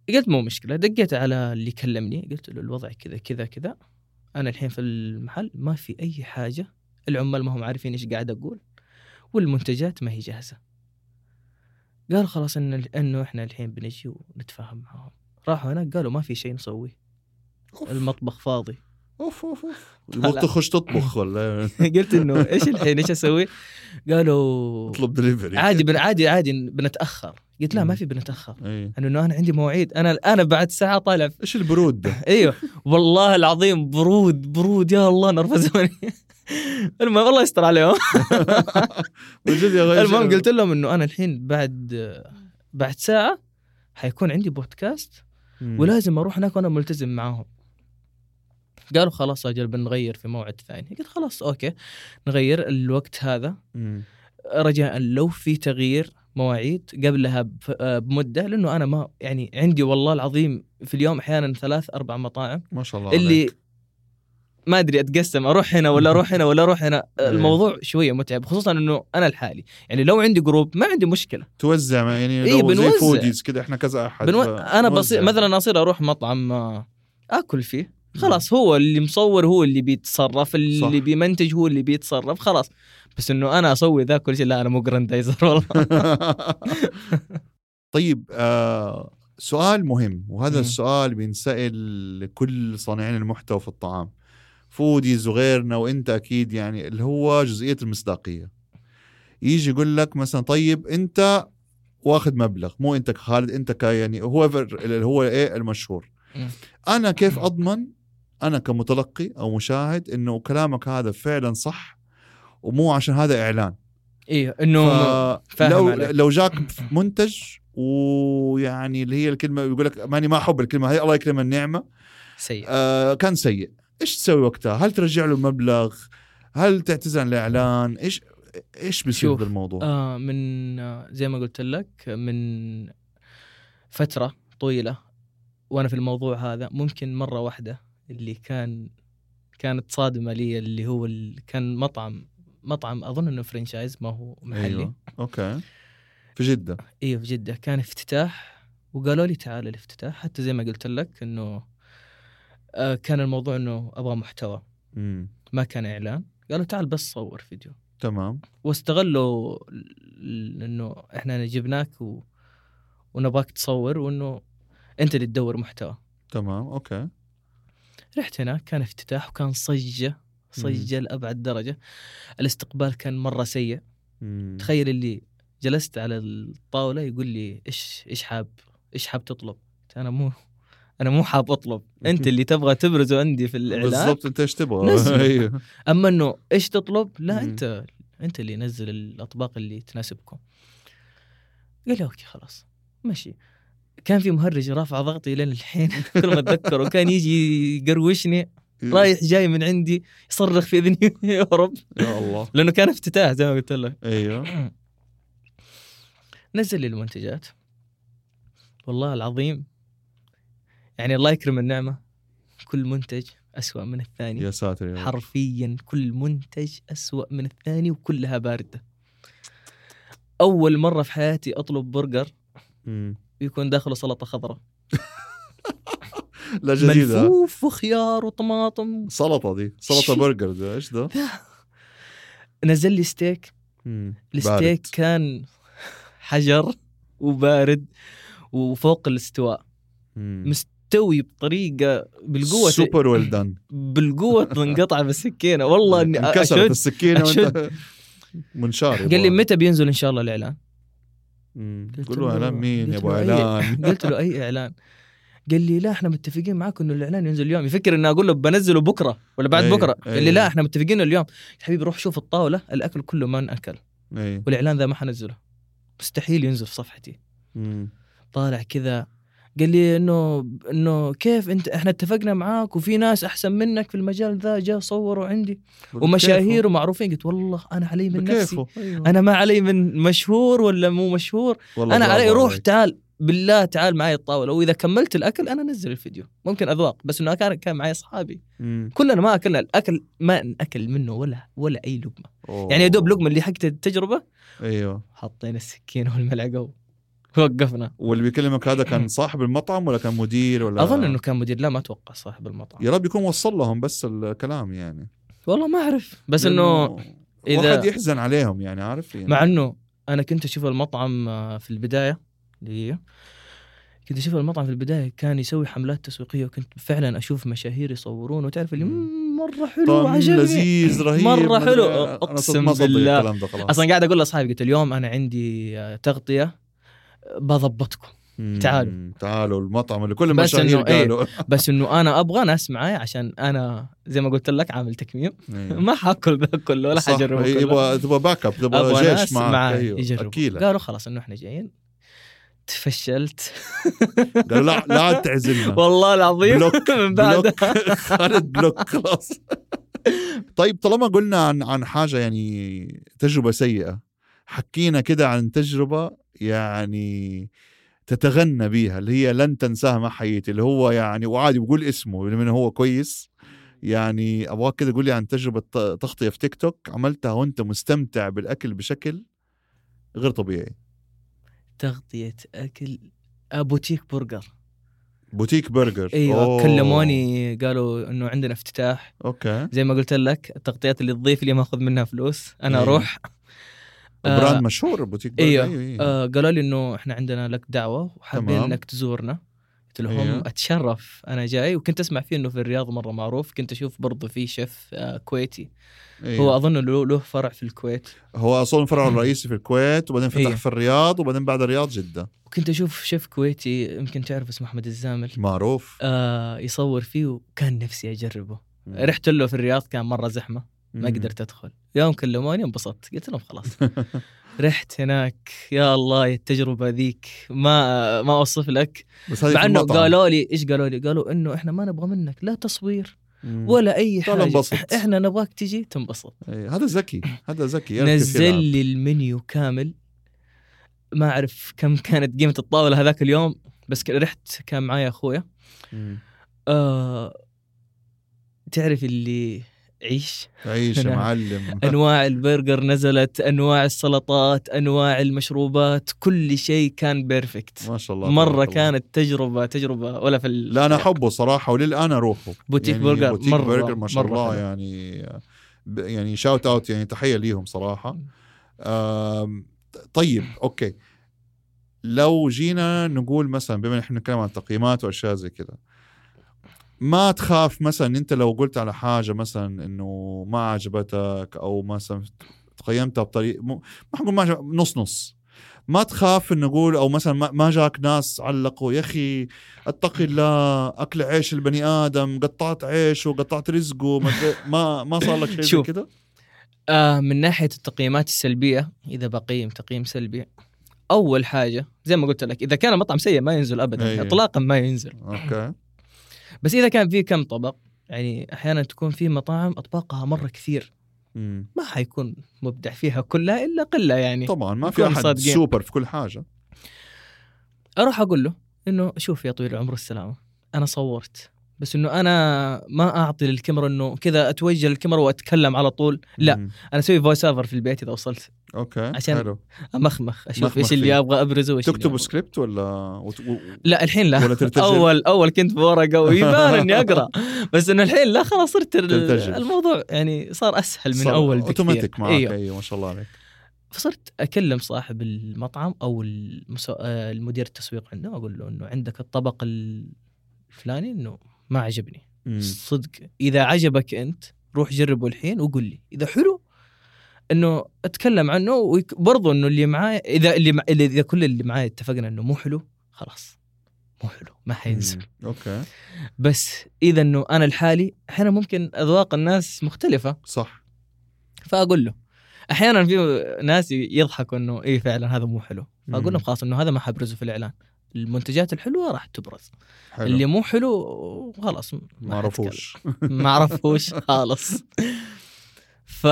[SPEAKER 1] قلت مو مشكله دقيت على اللي كلمني قلت له الوضع كذا كذا كذا انا الحين في المحل ما في اي حاجه العمال ما هم عارفين ايش قاعد اقول والمنتجات ما هي جاهزه قال خلاص ان انه احنا الحين بنجي ونتفاهم معاهم راحوا هناك قالوا ما في شيء نسويه
[SPEAKER 2] أوف.
[SPEAKER 1] المطبخ فاضي [LAUGHS]
[SPEAKER 2] اوف اوف اوف
[SPEAKER 1] لا.
[SPEAKER 2] قلت تخش
[SPEAKER 1] [LAUGHS]
[SPEAKER 2] تطبخ ولا
[SPEAKER 1] قلت انه ايش الحين ايش اسوي قالوا
[SPEAKER 2] اطلب دليفري
[SPEAKER 1] عادي بن عادي عادي بنتاخر قلت لا ما في بنتاخر
[SPEAKER 2] إيه.
[SPEAKER 1] أنا انه انا عندي مواعيد انا الان بعد ساعه طالع في-
[SPEAKER 2] ايش البرود ده؟
[SPEAKER 1] ايوه والله العظيم برود برود يا الله نرفزوني [LAUGHS] المهم الله يستر عليهم
[SPEAKER 2] من جد يا غير
[SPEAKER 1] المهم قلت لهم انه انا الحين بعد بعد ساعه حيكون عندي بودكاست
[SPEAKER 2] مم.
[SPEAKER 1] ولازم اروح هناك وانا ملتزم معاهم قالوا خلاص اجل بنغير في موعد ثاني قلت خلاص اوكي نغير الوقت هذا
[SPEAKER 2] مم.
[SPEAKER 1] رجاء لو في تغيير مواعيد قبلها بف- آه، بمده لانه انا ما يعني عندي والله العظيم في اليوم احيانا ثلاث اربع مطاعم
[SPEAKER 2] ما شاء الله
[SPEAKER 1] اللي
[SPEAKER 2] عليك.
[SPEAKER 1] ما ادري اتقسم اروح هنا ولا اروح هنا ولا اروح هنا
[SPEAKER 2] إيه.
[SPEAKER 1] الموضوع شويه متعب خصوصا انه انا لحالي يعني لو عندي جروب ما عندي مشكله
[SPEAKER 2] توزع ما- يعني
[SPEAKER 1] إيه،
[SPEAKER 2] لو زي
[SPEAKER 1] بنوزع.
[SPEAKER 2] فوديز كده احنا كذا احد
[SPEAKER 1] بنو...
[SPEAKER 2] ف-
[SPEAKER 1] انا
[SPEAKER 2] نوزع.
[SPEAKER 1] بصير مثلا اصير اروح مطعم آه، اكل فيه خلاص هو اللي مصور هو اللي بيتصرف اللي
[SPEAKER 2] صح.
[SPEAKER 1] صح. بيمنتج هو اللي بيتصرف خلاص بس انه انا اسوي ذا
[SPEAKER 2] [LAUGHS]
[SPEAKER 1] كل شيء لا انا مو جراندايزر والله
[SPEAKER 2] طيب آه سؤال مهم وهذا
[SPEAKER 1] مم.
[SPEAKER 2] السؤال بينسال لكل صانعين المحتوى في الطعام فوديز وغيرنا وانت اكيد يعني اللي هو جزئيه المصداقيه يجي يقول لك مثلا طيب انت واخذ مبلغ مو انت كخالد انت ك يعني هو اللي هو ايه المشهور
[SPEAKER 1] مم.
[SPEAKER 2] انا كيف اضمن انا كمتلقي او مشاهد انه كلامك هذا فعلا صح ومو عشان هذا اعلان
[SPEAKER 1] ايه انه
[SPEAKER 2] ف-
[SPEAKER 1] فاهم
[SPEAKER 2] لو
[SPEAKER 1] عليك.
[SPEAKER 2] لو جاك منتج ويعني اللي هي الكلمه يقول لك ماني ما احب الكلمه هي الله يكرمها النعمه
[SPEAKER 1] سيء
[SPEAKER 2] آه كان سيء ايش تسوي وقتها هل ترجع له مبلغ هل تعتذر عن الاعلان ايش ايش بيصير
[SPEAKER 1] شوف،
[SPEAKER 2] بالموضوع آه
[SPEAKER 1] آه من آه زي ما قلت لك من فترة طويلة وأنا في الموضوع هذا ممكن مرة واحدة اللي كان كانت صادمة لي اللي هو ال- كان مطعم مطعم أظن إنه فرنشايز ما هو محلي أيوه,
[SPEAKER 2] اوكي في جده
[SPEAKER 1] إيه في جدة كان افتتاح وقالوا لي تعال الافتتاح حتى زي ما قلت لك إنه آه كان الموضوع إنه أبغى محتوى
[SPEAKER 2] امم
[SPEAKER 1] ما كان إعلان قالوا تعال بس صور فيديو
[SPEAKER 2] تمام
[SPEAKER 1] واستغلوا ال- انه احنا جبناك و... ونبغاك تصور وانه انت اللي تدور محتوى
[SPEAKER 2] تمام اوكي
[SPEAKER 1] رحت هناك كان افتتاح وكان صجه صجه لابعد درجه الاستقبال كان مره سيء
[SPEAKER 2] مم.
[SPEAKER 1] تخيل اللي جلست على الطاوله يقول لي ايش ايش حاب ايش حاب تطلب قلت انا مو انا مو حاب اطلب انت اللي تبغى تبرزه عندي في الاعلان
[SPEAKER 2] بالضبط انت ايش تبغى
[SPEAKER 1] نزل.
[SPEAKER 2] [LAUGHS] أيوه.
[SPEAKER 1] اما انه ايش تطلب؟
[SPEAKER 2] مم.
[SPEAKER 1] لا انت انت اللي نزل الاطباق اللي تناسبكم. قال لي اوكي خلاص ماشي. كان في مهرج رافع ضغطي لين الحين [LAUGHS] كل ما اتذكره كان يجي يقروشني رايح جاي من عندي يصرخ في اذني [LAUGHS] يا رب
[SPEAKER 2] يا الله
[SPEAKER 1] لانه كان افتتاح زي ما قلت لك.
[SPEAKER 2] ايوه
[SPEAKER 1] نزل لي المنتجات. والله العظيم يعني الله يكرم النعمه كل منتج أسوأ من الثاني
[SPEAKER 2] يا ساتر يا رب
[SPEAKER 1] حرفيا كل منتج أسوأ من الثاني وكلها باردة أول مرة في حياتي أطلب برجر
[SPEAKER 2] مم.
[SPEAKER 1] يكون داخله سلطة خضراء
[SPEAKER 2] لا جديده
[SPEAKER 1] ملفوف وخيار وطماطم
[SPEAKER 2] سلطه دي سلطه
[SPEAKER 1] شو-
[SPEAKER 2] برجر ده ايش ده
[SPEAKER 1] نزل لي ستيك
[SPEAKER 2] مم.
[SPEAKER 1] الستيك
[SPEAKER 2] بارد.
[SPEAKER 1] كان حجر وبارد وفوق الاستواء
[SPEAKER 2] مم.
[SPEAKER 1] مستوي بطريقة بالقوة
[SPEAKER 2] سوبر ويل دان
[SPEAKER 1] بالقوة انقطع بالسكينة
[SPEAKER 2] [LAUGHS]
[SPEAKER 1] والله اني
[SPEAKER 2] انكسرت
[SPEAKER 1] أشد
[SPEAKER 2] السكينه وانت منشار
[SPEAKER 1] قال لي متى بينزل ان شاء الله الاعلان قلت
[SPEAKER 2] قول له
[SPEAKER 1] له-
[SPEAKER 2] اعلان مين يا
[SPEAKER 1] قلت
[SPEAKER 2] ابو
[SPEAKER 1] له أي-
[SPEAKER 2] اعلان
[SPEAKER 1] [LAUGHS] قلت له اي اعلان قال لي لا احنا متفقين معاك انه الاعلان ينزل اليوم يفكر اني اقول له بنزله بكره ولا بعد
[SPEAKER 2] أي-
[SPEAKER 1] بكره قال
[SPEAKER 2] أي.
[SPEAKER 1] لي لا احنا متفقين اليوم حبيبي روح شوف الطاوله الاكل كله ما انأكل
[SPEAKER 2] إيه.
[SPEAKER 1] والاعلان ذا ما حنزله مستحيل ينزل في صفحتي
[SPEAKER 2] مم.
[SPEAKER 1] طالع كذا قال لي انه انه كيف انت احنا اتفقنا معاك وفي ناس احسن منك في المجال ذا جاء صوروا عندي
[SPEAKER 2] طيب،
[SPEAKER 1] ومشاهير ومعروفين قلت والله انا علي من نفسي
[SPEAKER 2] بكيفه أيوه.
[SPEAKER 1] انا ما علي من مشهور ولا مو مشهور
[SPEAKER 2] والله
[SPEAKER 1] انا
[SPEAKER 2] برافو
[SPEAKER 1] علي روح
[SPEAKER 2] عليك.
[SPEAKER 1] تعال بالله تعال معي الطاوله واذا كملت الاكل انا انزل الفيديو ممكن اذواق بس انه كان كان معي اصحابي
[SPEAKER 2] مم.
[SPEAKER 1] كلنا ما اكلنا الاكل ما انأكل منه ولا ولا اي لقمه
[SPEAKER 2] أوه.
[SPEAKER 1] يعني يا دوب لقمه اللي حقت التجربه
[SPEAKER 2] ايوه
[SPEAKER 1] حطينا السكينه والملعقه ووقفنا
[SPEAKER 2] واللي بيكلمك هذا كان صاحب المطعم ولا كان مدير ولا
[SPEAKER 1] اظن انه كان مدير لا ما اتوقع صاحب المطعم
[SPEAKER 2] يا رب يكون وصل لهم بس الكلام يعني
[SPEAKER 1] والله ما اعرف بس انه
[SPEAKER 2] اذا
[SPEAKER 1] إذا-
[SPEAKER 2] واحد يحزن عليهم يعني عارف يعني.
[SPEAKER 1] مع انه انا كنت اشوف المطعم آه، في البدايه اللي هي كنت اشوف المطعم في البدايه كان يسوي حملات تسويقيه وكنت فعلا اشوف مشاهير يصورون وتعرف اللي
[SPEAKER 2] مم.
[SPEAKER 1] "مم، مره حلو
[SPEAKER 2] طعم
[SPEAKER 1] وعجبني
[SPEAKER 2] لذيذ رهيب
[SPEAKER 1] مرة
[SPEAKER 2] مدري-
[SPEAKER 1] حلو.
[SPEAKER 2] أنا
[SPEAKER 1] أقسم
[SPEAKER 2] ما أصدق
[SPEAKER 1] بالله.
[SPEAKER 2] الكلام ده خلاص
[SPEAKER 1] اصلا قاعد اقول لاصحابي قلت اليوم انا عندي آه، تغطيه آه، بضبطكم
[SPEAKER 2] مم.
[SPEAKER 1] تعالوا.
[SPEAKER 2] تعالوا المطعم اللي كل
[SPEAKER 1] بس
[SPEAKER 2] المشاهير
[SPEAKER 1] إنه إيه. [LAUGHS]
[SPEAKER 2] قالوا
[SPEAKER 1] بس انه انا ابغى ناس معي عشان انا زي ما قلت لك عامل تكميم
[SPEAKER 2] إيه.
[SPEAKER 1] ما حاكل ذا كله ولا
[SPEAKER 2] صح،
[SPEAKER 1] حجربه
[SPEAKER 2] إيه،
[SPEAKER 1] كله
[SPEAKER 2] يبغى تبغى باك اب
[SPEAKER 1] ابغى
[SPEAKER 2] تبغى
[SPEAKER 1] ناس
[SPEAKER 2] جيش معك
[SPEAKER 1] معي
[SPEAKER 2] أيوه،
[SPEAKER 1] يجربوا [LAUGHS]
[SPEAKER 2] اكيله
[SPEAKER 1] قالوا خلاص انه احنا جايين تفشلت
[SPEAKER 2] قالوا لا لا عاد تعزلنا
[SPEAKER 1] والله العظيم
[SPEAKER 2] بلوك
[SPEAKER 1] [LAUGHS] من بعدها
[SPEAKER 2] بلوك [LAUGHS] خالد بلوك خلاص طيب طالما قلنا عن عن حاجه يعني تجربه سيئه حكينا كده عن تجربه يعني تتغنى بيها اللي هي لن تنساها مع حياتي اللي هو يعني وعادي بقول اسمه بما إنه هو كويس يعني ابغاك كده قول لي عن تجربه ت- تغطيه في تيك توك عملتها وانت مستمتع بالاكل بشكل غير طبيعي
[SPEAKER 1] تغطية أكل آه، بوتيك برجر
[SPEAKER 2] بوتيك برجر
[SPEAKER 1] ايوه
[SPEAKER 2] أوه.
[SPEAKER 1] كلموني قالوا انه عندنا افتتاح
[SPEAKER 2] اوكي إيه.
[SPEAKER 1] زي ما قلت لك التغطيات اللي تضيف لي ما اخذ منها فلوس انا
[SPEAKER 2] أيوة.
[SPEAKER 1] اروح آه،
[SPEAKER 2] براند مشهور بوتيك براند
[SPEAKER 1] أيوه.
[SPEAKER 2] أيوه.
[SPEAKER 1] آه قالوا لي انه احنا عندنا لك دعوه وحابين
[SPEAKER 2] تمام.
[SPEAKER 1] انك تزورنا قلت لهم
[SPEAKER 2] أيوه.
[SPEAKER 1] اتشرف انا جاي وكنت اسمع فيه انه في الرياض مره معروف كنت اشوف برضه في شيف آه كويتي
[SPEAKER 2] أيوه.
[SPEAKER 1] هو
[SPEAKER 2] هو
[SPEAKER 1] اظن له له فرع في الكويت
[SPEAKER 2] هو
[SPEAKER 1] [LAUGHS]
[SPEAKER 2] اصلا فرعه الرئيسي في الكويت وبعدين فتح
[SPEAKER 1] أيوه.
[SPEAKER 2] في الرياض وبعدين بعد الرياض جده
[SPEAKER 1] وكنت اشوف شيف كويتي يمكن تعرف اسمه احمد الزامل
[SPEAKER 2] معروف
[SPEAKER 1] آه يصور فيه وكان نفسي اجربه رحت له في الرياض كان مره زحمه ما
[SPEAKER 2] مم.
[SPEAKER 1] قدرت ادخل يوم كلموني انبسطت قلت لهم
[SPEAKER 2] [LAUGHS]
[SPEAKER 1] خلاص رحت هناك يا الله يا التجربه ذيك ما ما اوصف لك
[SPEAKER 2] بس هذه
[SPEAKER 1] مع
[SPEAKER 2] في
[SPEAKER 1] انه
[SPEAKER 2] طيب، المطعم.
[SPEAKER 1] قالوا لي ايش قالوا لي قالوا انه احنا ما نبغى منك لا تصوير
[SPEAKER 2] مم.
[SPEAKER 1] ولا اي
[SPEAKER 2] تعال
[SPEAKER 1] حاجه
[SPEAKER 2] انبسط.
[SPEAKER 1] احنا نبغاك تجي تنبسط
[SPEAKER 2] أي، إيه، هذا ذكي هذا ذكي يعرف كيف
[SPEAKER 1] نزل
[SPEAKER 2] يلعب.
[SPEAKER 1] لي المنيو كامل ما اعرف كم كانت قيمه الطاوله هذاك اليوم بس ك- رحت كان معايا اخويا
[SPEAKER 2] مم.
[SPEAKER 1] آه تعرف اللي عيش
[SPEAKER 2] عيش يا
[SPEAKER 1] نعم.
[SPEAKER 2] معلم
[SPEAKER 1] انواع البرجر نزلت انواع السلطات انواع المشروبات كل شيء كان بيرفكت
[SPEAKER 2] ما شاء الله تبارك
[SPEAKER 1] مره
[SPEAKER 2] الله.
[SPEAKER 1] كانت تجربه تجربه ولا في ال-
[SPEAKER 2] لا انا احبه صراحه وللان اروحه
[SPEAKER 1] بوتيك برجر
[SPEAKER 2] يعني بوتيك
[SPEAKER 1] مرة-
[SPEAKER 2] برجر ما شاء
[SPEAKER 1] مرة
[SPEAKER 2] الله
[SPEAKER 1] حلو.
[SPEAKER 2] يعني ب- يعني شاوت اوت يعني تحيه ليهم صراحه آم، طيب اوكي لو جينا نقول مثلا بما إن احنا نتكلم عن تقييمات واشياء زي كذا ما تخاف مثلا انت لو قلت على حاجه مثلا انه ما عجبتك او مثلا تقيمتها بطريقه مو- ما حقول ما عجب- نص نص ما تخاف انه نقول او مثلا ما- ما جاك ناس علقوا يا اخي اتقي الله اكل عيش البني ادم قطعت عيشه قطعت رزقه ما أدري- ما ما صار لك شيء زي
[SPEAKER 1] شوف.
[SPEAKER 2] كذا
[SPEAKER 1] آه من ناحيه التقييمات السلبيه اذا بقيم تقييم سلبي اول حاجه زي ما قلت لك اذا كان المطعم سيء ما ينزل ابدا
[SPEAKER 2] أي.
[SPEAKER 1] اطلاقا ما ينزل
[SPEAKER 2] اوكي
[SPEAKER 1] بس اذا كان فيه كم طبق يعني احيانا تكون في مطاعم اطباقها مره كثير
[SPEAKER 2] مم.
[SPEAKER 1] ما حيكون مبدع فيها كلها الا قله يعني
[SPEAKER 2] طبعا ما في
[SPEAKER 1] نكون
[SPEAKER 2] احد
[SPEAKER 1] صادقين.
[SPEAKER 2] سوبر في كل حاجه
[SPEAKER 1] اروح اقول له انه شوف يا طويل العمر السلامه انا صورت بس انه انا ما اعطي للكاميرا انه كذا اتوجه للكاميرا واتكلم على طول لا
[SPEAKER 2] مم.
[SPEAKER 1] انا اسوي فويس اوفر في البيت اذا وصلت
[SPEAKER 2] اوكي
[SPEAKER 1] عشان
[SPEAKER 2] حلو
[SPEAKER 1] امخمخ اشوف
[SPEAKER 2] مخمخ إيه.
[SPEAKER 1] ايش اللي
[SPEAKER 2] فيه.
[SPEAKER 1] ابغى ابرزه وايش اللي
[SPEAKER 2] تكتبوا
[SPEAKER 1] أبغى.
[SPEAKER 2] سكريبت ولا وت... و...
[SPEAKER 1] لا الحين لا [LAUGHS]
[SPEAKER 2] ولا ترتجل
[SPEAKER 1] اول اول كنت بورقه
[SPEAKER 2] [LAUGHS]
[SPEAKER 1] ويبان اني اقرا بس انه الحين لا خلاص صرت ال-
[SPEAKER 2] ترتجل.
[SPEAKER 1] الموضوع يعني صار اسهل من
[SPEAKER 2] صار
[SPEAKER 1] اول بكثير
[SPEAKER 2] اوتوماتيك معك
[SPEAKER 1] أيوه.
[SPEAKER 2] ايوه ما شاء الله عليك
[SPEAKER 1] فصرت اكلم صاحب المطعم او المس... آه، المدير التسويق عنده اقول له انه عندك الطبق الفلاني انه ما عجبني
[SPEAKER 2] مم.
[SPEAKER 1] صدق اذا عجبك انت روح جربه الحين وقول لي اذا حلو انه اتكلم عنه ويك... برضو انه اللي معاي اذا اللي مع... اذا كل اللي معاي اتفقنا انه مو حلو خلاص مو حلو ما حينزل
[SPEAKER 2] مم. اوكي
[SPEAKER 1] بس اذا انه انا لحالي احيانا ممكن اذواق الناس مختلفه
[SPEAKER 2] صح
[SPEAKER 1] فاقول له احيانا في ناس يضحكوا انه ايه فعلا هذا مو حلو فاقول لهم
[SPEAKER 2] مم.
[SPEAKER 1] خلاص انه هذا ما حبرزه في الاعلان المنتجات الحلوه راح تبرز
[SPEAKER 2] حلو
[SPEAKER 1] اللي مو حلو خلاص ما
[SPEAKER 2] ما عرفوش
[SPEAKER 1] حتكلم. ما عرفوش
[SPEAKER 2] [LAUGHS]
[SPEAKER 1] خالص ف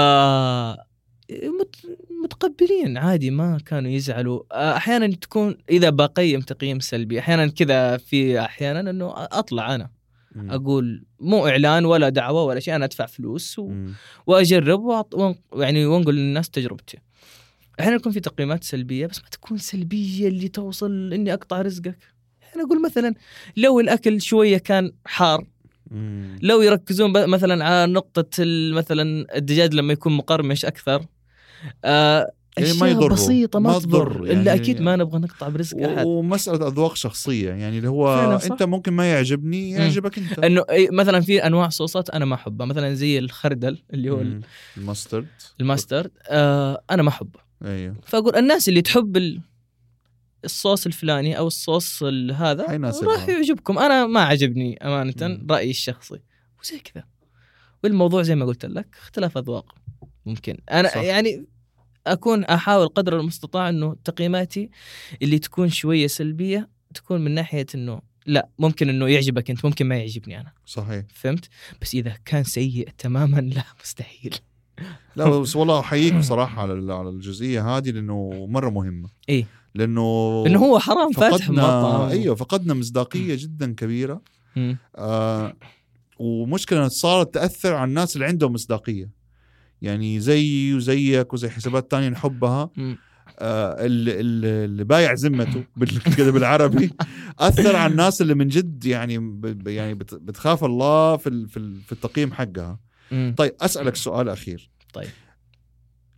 [SPEAKER 1] مت- متقبلين عادي ما كانوا يزعلوا احيانا تكون اذا بقيم تقييم سلبي احيانا كذا في احيانا انه اطلع انا
[SPEAKER 2] مم.
[SPEAKER 1] اقول مو اعلان ولا دعوه ولا شيء انا ادفع فلوس و...
[SPEAKER 2] مم.
[SPEAKER 1] واجرب وأعط- وأن- يعني وانقل للناس تجربتي. احيانا يكون في تقييمات سلبيه بس ما تكون سلبيه اللي توصل اني اقطع رزقك. انا اقول مثلا لو الاكل شويه كان حار،
[SPEAKER 2] مم.
[SPEAKER 1] لو يركزون ب- مثلا على نقطه ال- مثلا الدجاج لما يكون مقرمش اكثر آه
[SPEAKER 2] يعني ما
[SPEAKER 1] اشياء
[SPEAKER 2] يضره،
[SPEAKER 1] بسيطه ما,
[SPEAKER 2] ما
[SPEAKER 1] تضر
[SPEAKER 2] تضر،
[SPEAKER 1] يعني الا
[SPEAKER 2] يعني-
[SPEAKER 1] اكيد ما نبغى نقطع برزق
[SPEAKER 2] و-
[SPEAKER 1] احد
[SPEAKER 2] ومساله اذواق شخصيه يعني اللي هو
[SPEAKER 1] فعلاً صح.
[SPEAKER 2] انت ممكن ما يعجبني يعجبك انت
[SPEAKER 1] انه إيه، مثلا في انواع صوصات انا ما احبها مثلا زي الخردل اللي هو
[SPEAKER 2] مم. الماسترد
[SPEAKER 1] الماسترد آه انا ما احبه
[SPEAKER 2] ايوه
[SPEAKER 1] فاقول الناس اللي تحب ال- الصوص الفلاني او الصوص ال- هذا
[SPEAKER 2] حيناسبها.
[SPEAKER 1] راح يعجبكم انا ما عجبني امانه
[SPEAKER 2] مم.
[SPEAKER 1] رايي الشخصي وزي كذا والموضوع زي ما قلت لك اختلاف اذواق ممكن انا
[SPEAKER 2] صح.
[SPEAKER 1] صح. يعني اكون احاول قدر المستطاع انه تقييماتي اللي تكون شويه سلبيه تكون من ناحيه انه لا ممكن انه يعجبك انت ممكن ما يعجبني انا
[SPEAKER 2] صحيح
[SPEAKER 1] فهمت بس اذا كان سيء تماما لا مستحيل [LAUGHS]
[SPEAKER 2] لا بس والله احييك بصراحه على ال- على الجزئيه هذه لانه مره مهمه
[SPEAKER 1] إيه.
[SPEAKER 2] لانه
[SPEAKER 1] انه هو حرام فاتح
[SPEAKER 2] فقدنا
[SPEAKER 1] مطعم
[SPEAKER 2] ايوه فقدنا مصداقيه جدا كبيره
[SPEAKER 1] مم.
[SPEAKER 2] آه ومشكله إنها صارت تاثر على الناس اللي عندهم مصداقيه يعني زيي وزيك وزي حسابات تانية نحبها
[SPEAKER 1] مم.
[SPEAKER 2] آه اللي, اللي بايع ذمته بال- [LAUGHS] كده بالعربي اثر على الناس اللي من جد يعني ب- يعني بت- بتخاف الله في ال- في ال- في التقييم حقها
[SPEAKER 1] مم.
[SPEAKER 2] طيب اسالك سؤال اخير
[SPEAKER 1] طيب.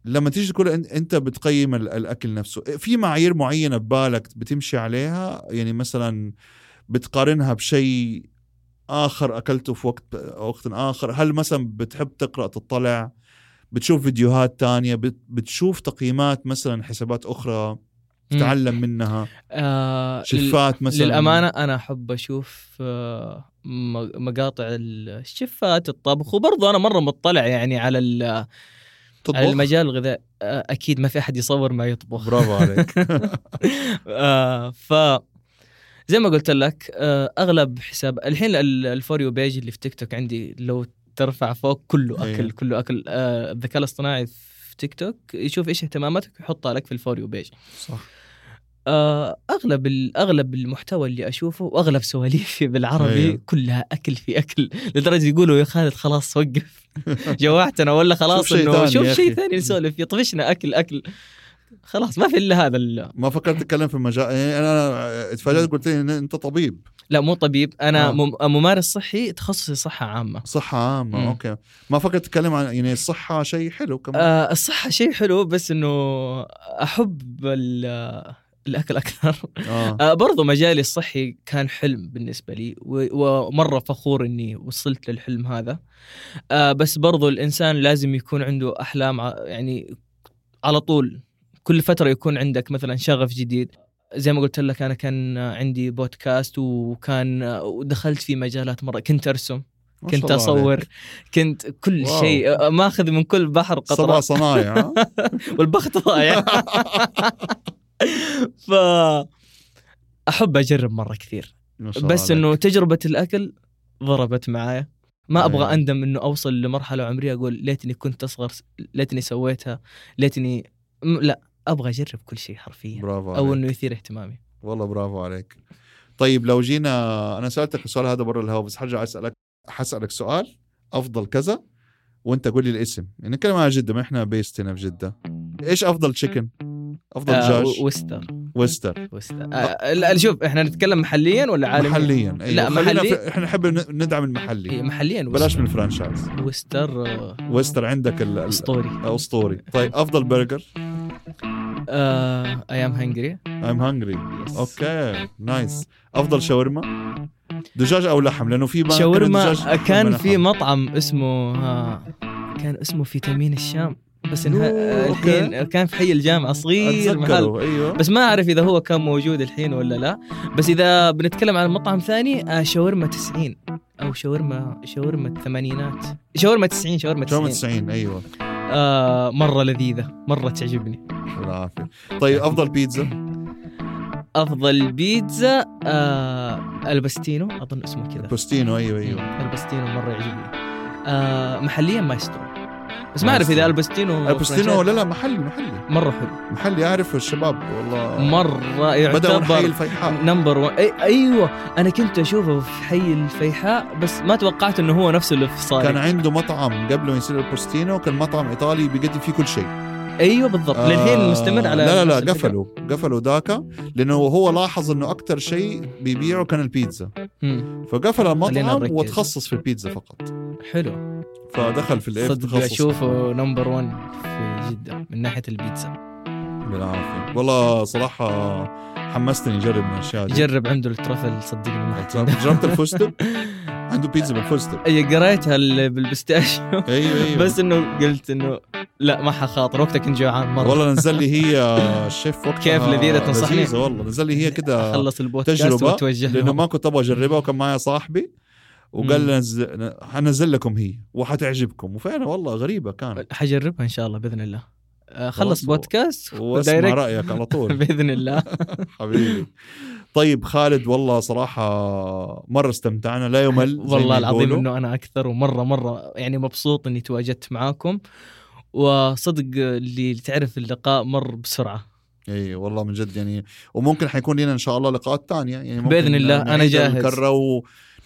[SPEAKER 2] لما تيجي تقول أن- انت بتقيم ال- الاكل نفسه في معايير معينه ببالك بتمشي عليها يعني مثلا بتقارنها بشيء اخر اكلته في وقت وقت اخر هل مثلا بتحب تقرا تطلع بتشوف فيديوهات تانية بت- بتشوف تقييمات مثلا حسابات اخرى تتعلم منها
[SPEAKER 1] آه لل-
[SPEAKER 2] شفات مثلا
[SPEAKER 1] للامانه انا احب اشوف آه، م- مقاطع الشفات الطبخ وبرضه انا مره مطلع يعني على ال-
[SPEAKER 2] تطبخ
[SPEAKER 1] على المجال الغذائي آه، اكيد ما في احد يصور ما
[SPEAKER 2] [LAUGHS]
[SPEAKER 1] يطبخ
[SPEAKER 2] برافو
[SPEAKER 1] [LAUGHS]
[SPEAKER 2] عليك
[SPEAKER 1] آه، ف زي ما قلت لك آه، اغلب حساب الحين ال- الفوريو بيج اللي في تيك توك عندي لو ترفع فوق كله
[SPEAKER 2] إيه.
[SPEAKER 1] اكل كله اكل آه، الذكاء الاصطناعي في تيك توك يشوف ايش اهتماماتك ويحطها لك في الفوريو بيج
[SPEAKER 2] صح
[SPEAKER 1] آه، اغلب ال- اغلب المحتوى اللي اشوفه واغلب سواليفي بالعربي
[SPEAKER 2] أيوه.
[SPEAKER 1] كلها اكل في اكل لدرجه يقولوا يا خالد خلاص
[SPEAKER 2] [LAUGHS]
[SPEAKER 1] وقف جوعتنا ولا خلاص
[SPEAKER 2] شوف شيء
[SPEAKER 1] انه
[SPEAKER 2] ثاني
[SPEAKER 1] شوف
[SPEAKER 2] يا
[SPEAKER 1] شيء
[SPEAKER 2] أخي.
[SPEAKER 1] ثاني نسولف فيه طفشنا اكل اكل خلاص ما في الا هذا ال-
[SPEAKER 2] ما فكرت اتكلم في مجال يعني انا اتفاجأت قلت لي إن انت طبيب
[SPEAKER 1] لا مو طبيب انا
[SPEAKER 2] آه.
[SPEAKER 1] مم- ممارس صحي تخصصي صحه عامه
[SPEAKER 2] صحه عامه
[SPEAKER 1] مم.
[SPEAKER 2] اوكي ما فكرت اتكلم عن يعني الصحه شيء حلو كمان
[SPEAKER 1] آه، الصحه شيء حلو بس انه احب ال- الاكل اكثر
[SPEAKER 2] آه.
[SPEAKER 1] آه، برضو مجالي الصحي كان حلم بالنسبة لي و- ومرة فخور إني وصلت للحلم هذا آه، بس برضو الإنسان لازم يكون عنده أحلام ع- يعني على طول كل فترة يكون عندك مثلا شغف جديد زي ما قلت لك أنا كان عندي بودكاست وكان ودخلت في مجالات مرة كنت أرسم
[SPEAKER 2] ما شاء
[SPEAKER 1] كنت
[SPEAKER 2] الله
[SPEAKER 1] أصور
[SPEAKER 2] عليك.
[SPEAKER 1] كنت كل
[SPEAKER 2] واو.
[SPEAKER 1] شيء آه، ماخذ من كل بحر
[SPEAKER 2] صبا
[SPEAKER 1] قطرة
[SPEAKER 2] صنايع آه.
[SPEAKER 1] والبخت
[SPEAKER 2] [LAUGHS]
[SPEAKER 1] ضايع ف أحب أجرب مرة كثير
[SPEAKER 2] ما شاء الله
[SPEAKER 1] بس
[SPEAKER 2] عليك.
[SPEAKER 1] انه تجربه الاكل ضربت معايا ما ابغى
[SPEAKER 2] أيوة.
[SPEAKER 1] اندم انه اوصل لمرحله عمريه اقول ليتني كنت اصغر ليتني سويتها ليتني م- لا ابغى اجرب كل شيء حرفيا
[SPEAKER 2] برافو عليك.
[SPEAKER 1] او انه يثير اهتمامي
[SPEAKER 2] والله برافو عليك طيب لو جينا انا سالتك السؤال هذا برا الهوا بس حرجع اسالك حسالك سؤال افضل كذا وانت قول لي الاسم يعني نتكلم عن جده ما احنا بيست هنا في جده ايش افضل تشيكن افضل
[SPEAKER 1] آه
[SPEAKER 2] دجاج
[SPEAKER 1] و- وستر
[SPEAKER 2] ويستر
[SPEAKER 1] وستر آه لا شوف احنا نتكلم محليا ولا عالميا؟
[SPEAKER 2] محليا أيوة.
[SPEAKER 1] لا
[SPEAKER 2] خلينا
[SPEAKER 1] محلي
[SPEAKER 2] في... احنا نحب ن- ندعم
[SPEAKER 1] إيه،
[SPEAKER 2] المحلي
[SPEAKER 1] محليا
[SPEAKER 2] بلاش
[SPEAKER 1] بلاش
[SPEAKER 2] من الفرانشايز
[SPEAKER 1] وستر آه،
[SPEAKER 2] ويستر عندك ال... ال...
[SPEAKER 1] اسطوري
[SPEAKER 2] اسطوري طيب افضل برجر
[SPEAKER 1] آه ايام هنجري
[SPEAKER 2] ايم هانجري اوكي نايس افضل شاورما دجاج او لحم لانه في بقى-
[SPEAKER 1] شاورما
[SPEAKER 2] دجاج
[SPEAKER 1] كان في
[SPEAKER 2] لحم.
[SPEAKER 1] مطعم اسمه آه، كان اسمه فيتامين الشام بس انها
[SPEAKER 2] أوه،
[SPEAKER 1] آه، الحين كان في حي الجامعه صغير محل
[SPEAKER 2] اتذكره ايوه
[SPEAKER 1] بس ما اعرف اذا هو كان موجود الحين ولا لا بس اذا بنتكلم عن مطعم ثاني آه، شاورما 90 او شاورما شاورما الثمانينات شاورما 90 شاورما
[SPEAKER 2] شاورما
[SPEAKER 1] 90
[SPEAKER 2] 90 ايوه
[SPEAKER 1] آه مره لذيذه مره تعجبني
[SPEAKER 2] الله يعافيك طيب افضل بيتزا
[SPEAKER 1] افضل بيتزا آه البستينو اظن اسمه كذا
[SPEAKER 2] بوستينو ايوه ايوه
[SPEAKER 1] البستينو مره يعجبني آه محليا مايسترو بس ما اعرف اذا البستينو
[SPEAKER 2] بوستينو ولا لا محلي محلي
[SPEAKER 1] مره حلو
[SPEAKER 2] محلي اعرفه الشباب والله
[SPEAKER 1] مره
[SPEAKER 2] آه. بدأوا من حي
[SPEAKER 1] يعتبر
[SPEAKER 2] الفيحاء
[SPEAKER 1] نمبر 1 أي ايوه انا كنت اشوفه في حي الفيحاء بس ما توقعت انه هو نفسه اللي في صالح
[SPEAKER 2] كان عنده مطعم قبل ما يصير البوستينو كان مطعم ايطالي بيقدم فيه كل شيء
[SPEAKER 1] ايوه بالضبط
[SPEAKER 2] آه،
[SPEAKER 1] للحين مستمر على
[SPEAKER 2] لا لا
[SPEAKER 1] نفس
[SPEAKER 2] لا
[SPEAKER 1] الفكرة.
[SPEAKER 2] قفلوا قفلوا ذاك لانه هو لاحظ انه اكثر شيء بيبيعه كان البيتزا
[SPEAKER 1] مم.
[SPEAKER 2] فقفل
[SPEAKER 1] خلينا
[SPEAKER 2] المطعم
[SPEAKER 1] نركز.
[SPEAKER 2] وتخصص في البيتزا فقط
[SPEAKER 1] حلو
[SPEAKER 2] فدخل في الايه في
[SPEAKER 1] صدق
[SPEAKER 2] التخصص
[SPEAKER 1] اشوفه نمبر 1 في جده من ناحيه البيتزا
[SPEAKER 2] بالعافيه والله صراحه حمستني اجرب من الاشياء دي
[SPEAKER 1] جرب عنده الترفل صدقني [LAUGHS] ما حتندم.
[SPEAKER 2] جربت الفستق عنده بيتزا بالفستق
[SPEAKER 1] اي قريتها ال- بالبستاشيو
[SPEAKER 2] ايوه ايوه
[SPEAKER 1] بس انه قلت انه لا ما حخاطر وقتها كنت جوعان مره
[SPEAKER 2] والله نزل لي هي آه، الشيف وقتها
[SPEAKER 1] كيف لذيذة تنصحني؟
[SPEAKER 2] لذيذة والله نزل لي هي كده
[SPEAKER 1] خلص البودكاست
[SPEAKER 2] تجربة
[SPEAKER 1] وتوجه
[SPEAKER 2] لانه
[SPEAKER 1] لهم
[SPEAKER 2] ما كنت ابغى اجربها وكان معايا صاحبي وقال
[SPEAKER 1] مم.
[SPEAKER 2] لي نز- حنزل لكم هي وحتعجبكم وفعلا والله غريبه
[SPEAKER 1] [LAUGHS]
[SPEAKER 2] كانت
[SPEAKER 1] حجربها ان شاء الله باذن الله آه، خلص
[SPEAKER 2] خلاص و-
[SPEAKER 1] بودكاست
[SPEAKER 2] واسمع
[SPEAKER 1] ودايركت [LAUGHS]
[SPEAKER 2] رايك على طول
[SPEAKER 1] باذن
[SPEAKER 2] [LAUGHS]
[SPEAKER 1] الله
[SPEAKER 2] حبيبي طيب خالد والله صراحه مره استمتعنا
[SPEAKER 1] [LAUGHS]
[SPEAKER 2] لا يمل زي ما
[SPEAKER 1] والله العظيم
[SPEAKER 2] يقولوا.
[SPEAKER 1] انه انا اكثر ومره مره يعني مبسوط اني تواجدت معاكم وصدق اللي تعرف اللقاء مر بسرعه
[SPEAKER 2] اي والله من جد يعني وممكن حيكون لنا ان شاء الله لقاءات تانية يعني ممكن
[SPEAKER 1] بإذن الله، أنا
[SPEAKER 2] نعيد
[SPEAKER 1] جاهز.
[SPEAKER 2] الكرة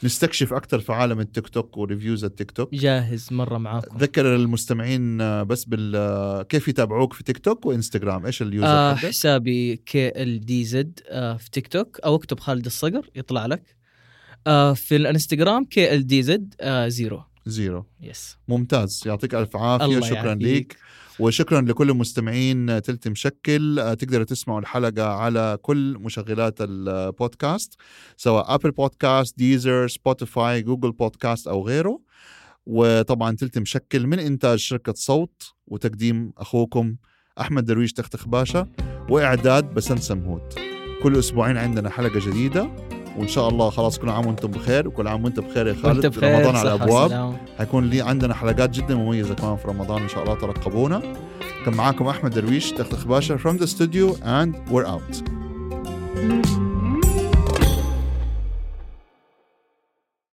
[SPEAKER 2] ونستكشف اكثر في عالم التيك توك وريفيوز التيك توك
[SPEAKER 1] جاهز مره معاكم
[SPEAKER 2] ذكر المستمعين آه، بس بال آه، كيف يتابعوك في تيك توك وانستغرام ايش اليوزر
[SPEAKER 1] آه
[SPEAKER 2] حقك؟
[SPEAKER 1] حسابي كي ال دي زد آه في تيك توك او اكتب خالد الصقر يطلع لك آه في الانستغرام كي ال دي زد آه زيرو
[SPEAKER 2] زيرو
[SPEAKER 1] يس
[SPEAKER 2] ممتاز يعطيك الف عافيه
[SPEAKER 1] الله
[SPEAKER 2] شكرا
[SPEAKER 1] يعافيك.
[SPEAKER 2] ليك وشكرا لكل المستمعين تلتي مشكل آه، تقدروا تسمعوا الحلقة على كل مشغلات البودكاست سواء أبل بودكاست ديزر سبوتيفاي جوجل بودكاست أو غيره وطبعا تلتي مشكل من إنتاج شركة صوت وتقديم أخوكم أحمد درويش تختخ باشا وإعداد بسنت سمهوت كل أسبوعين عندنا حلقة جديدة وإن شاء الله خلاص كل عام وأنتم بخير وكل عام وأنت بخير يا
[SPEAKER 1] وانت
[SPEAKER 2] خالد
[SPEAKER 1] بخير
[SPEAKER 2] رمضان على
[SPEAKER 1] صحة
[SPEAKER 2] الأبواب
[SPEAKER 1] وسلام.
[SPEAKER 2] حيكون لي عندنا حلقات جدا مميزه كمان في رمضان ان شاء الله ترقبونا كان معاكم احمد درويش تختخ باشا from the studio and we're out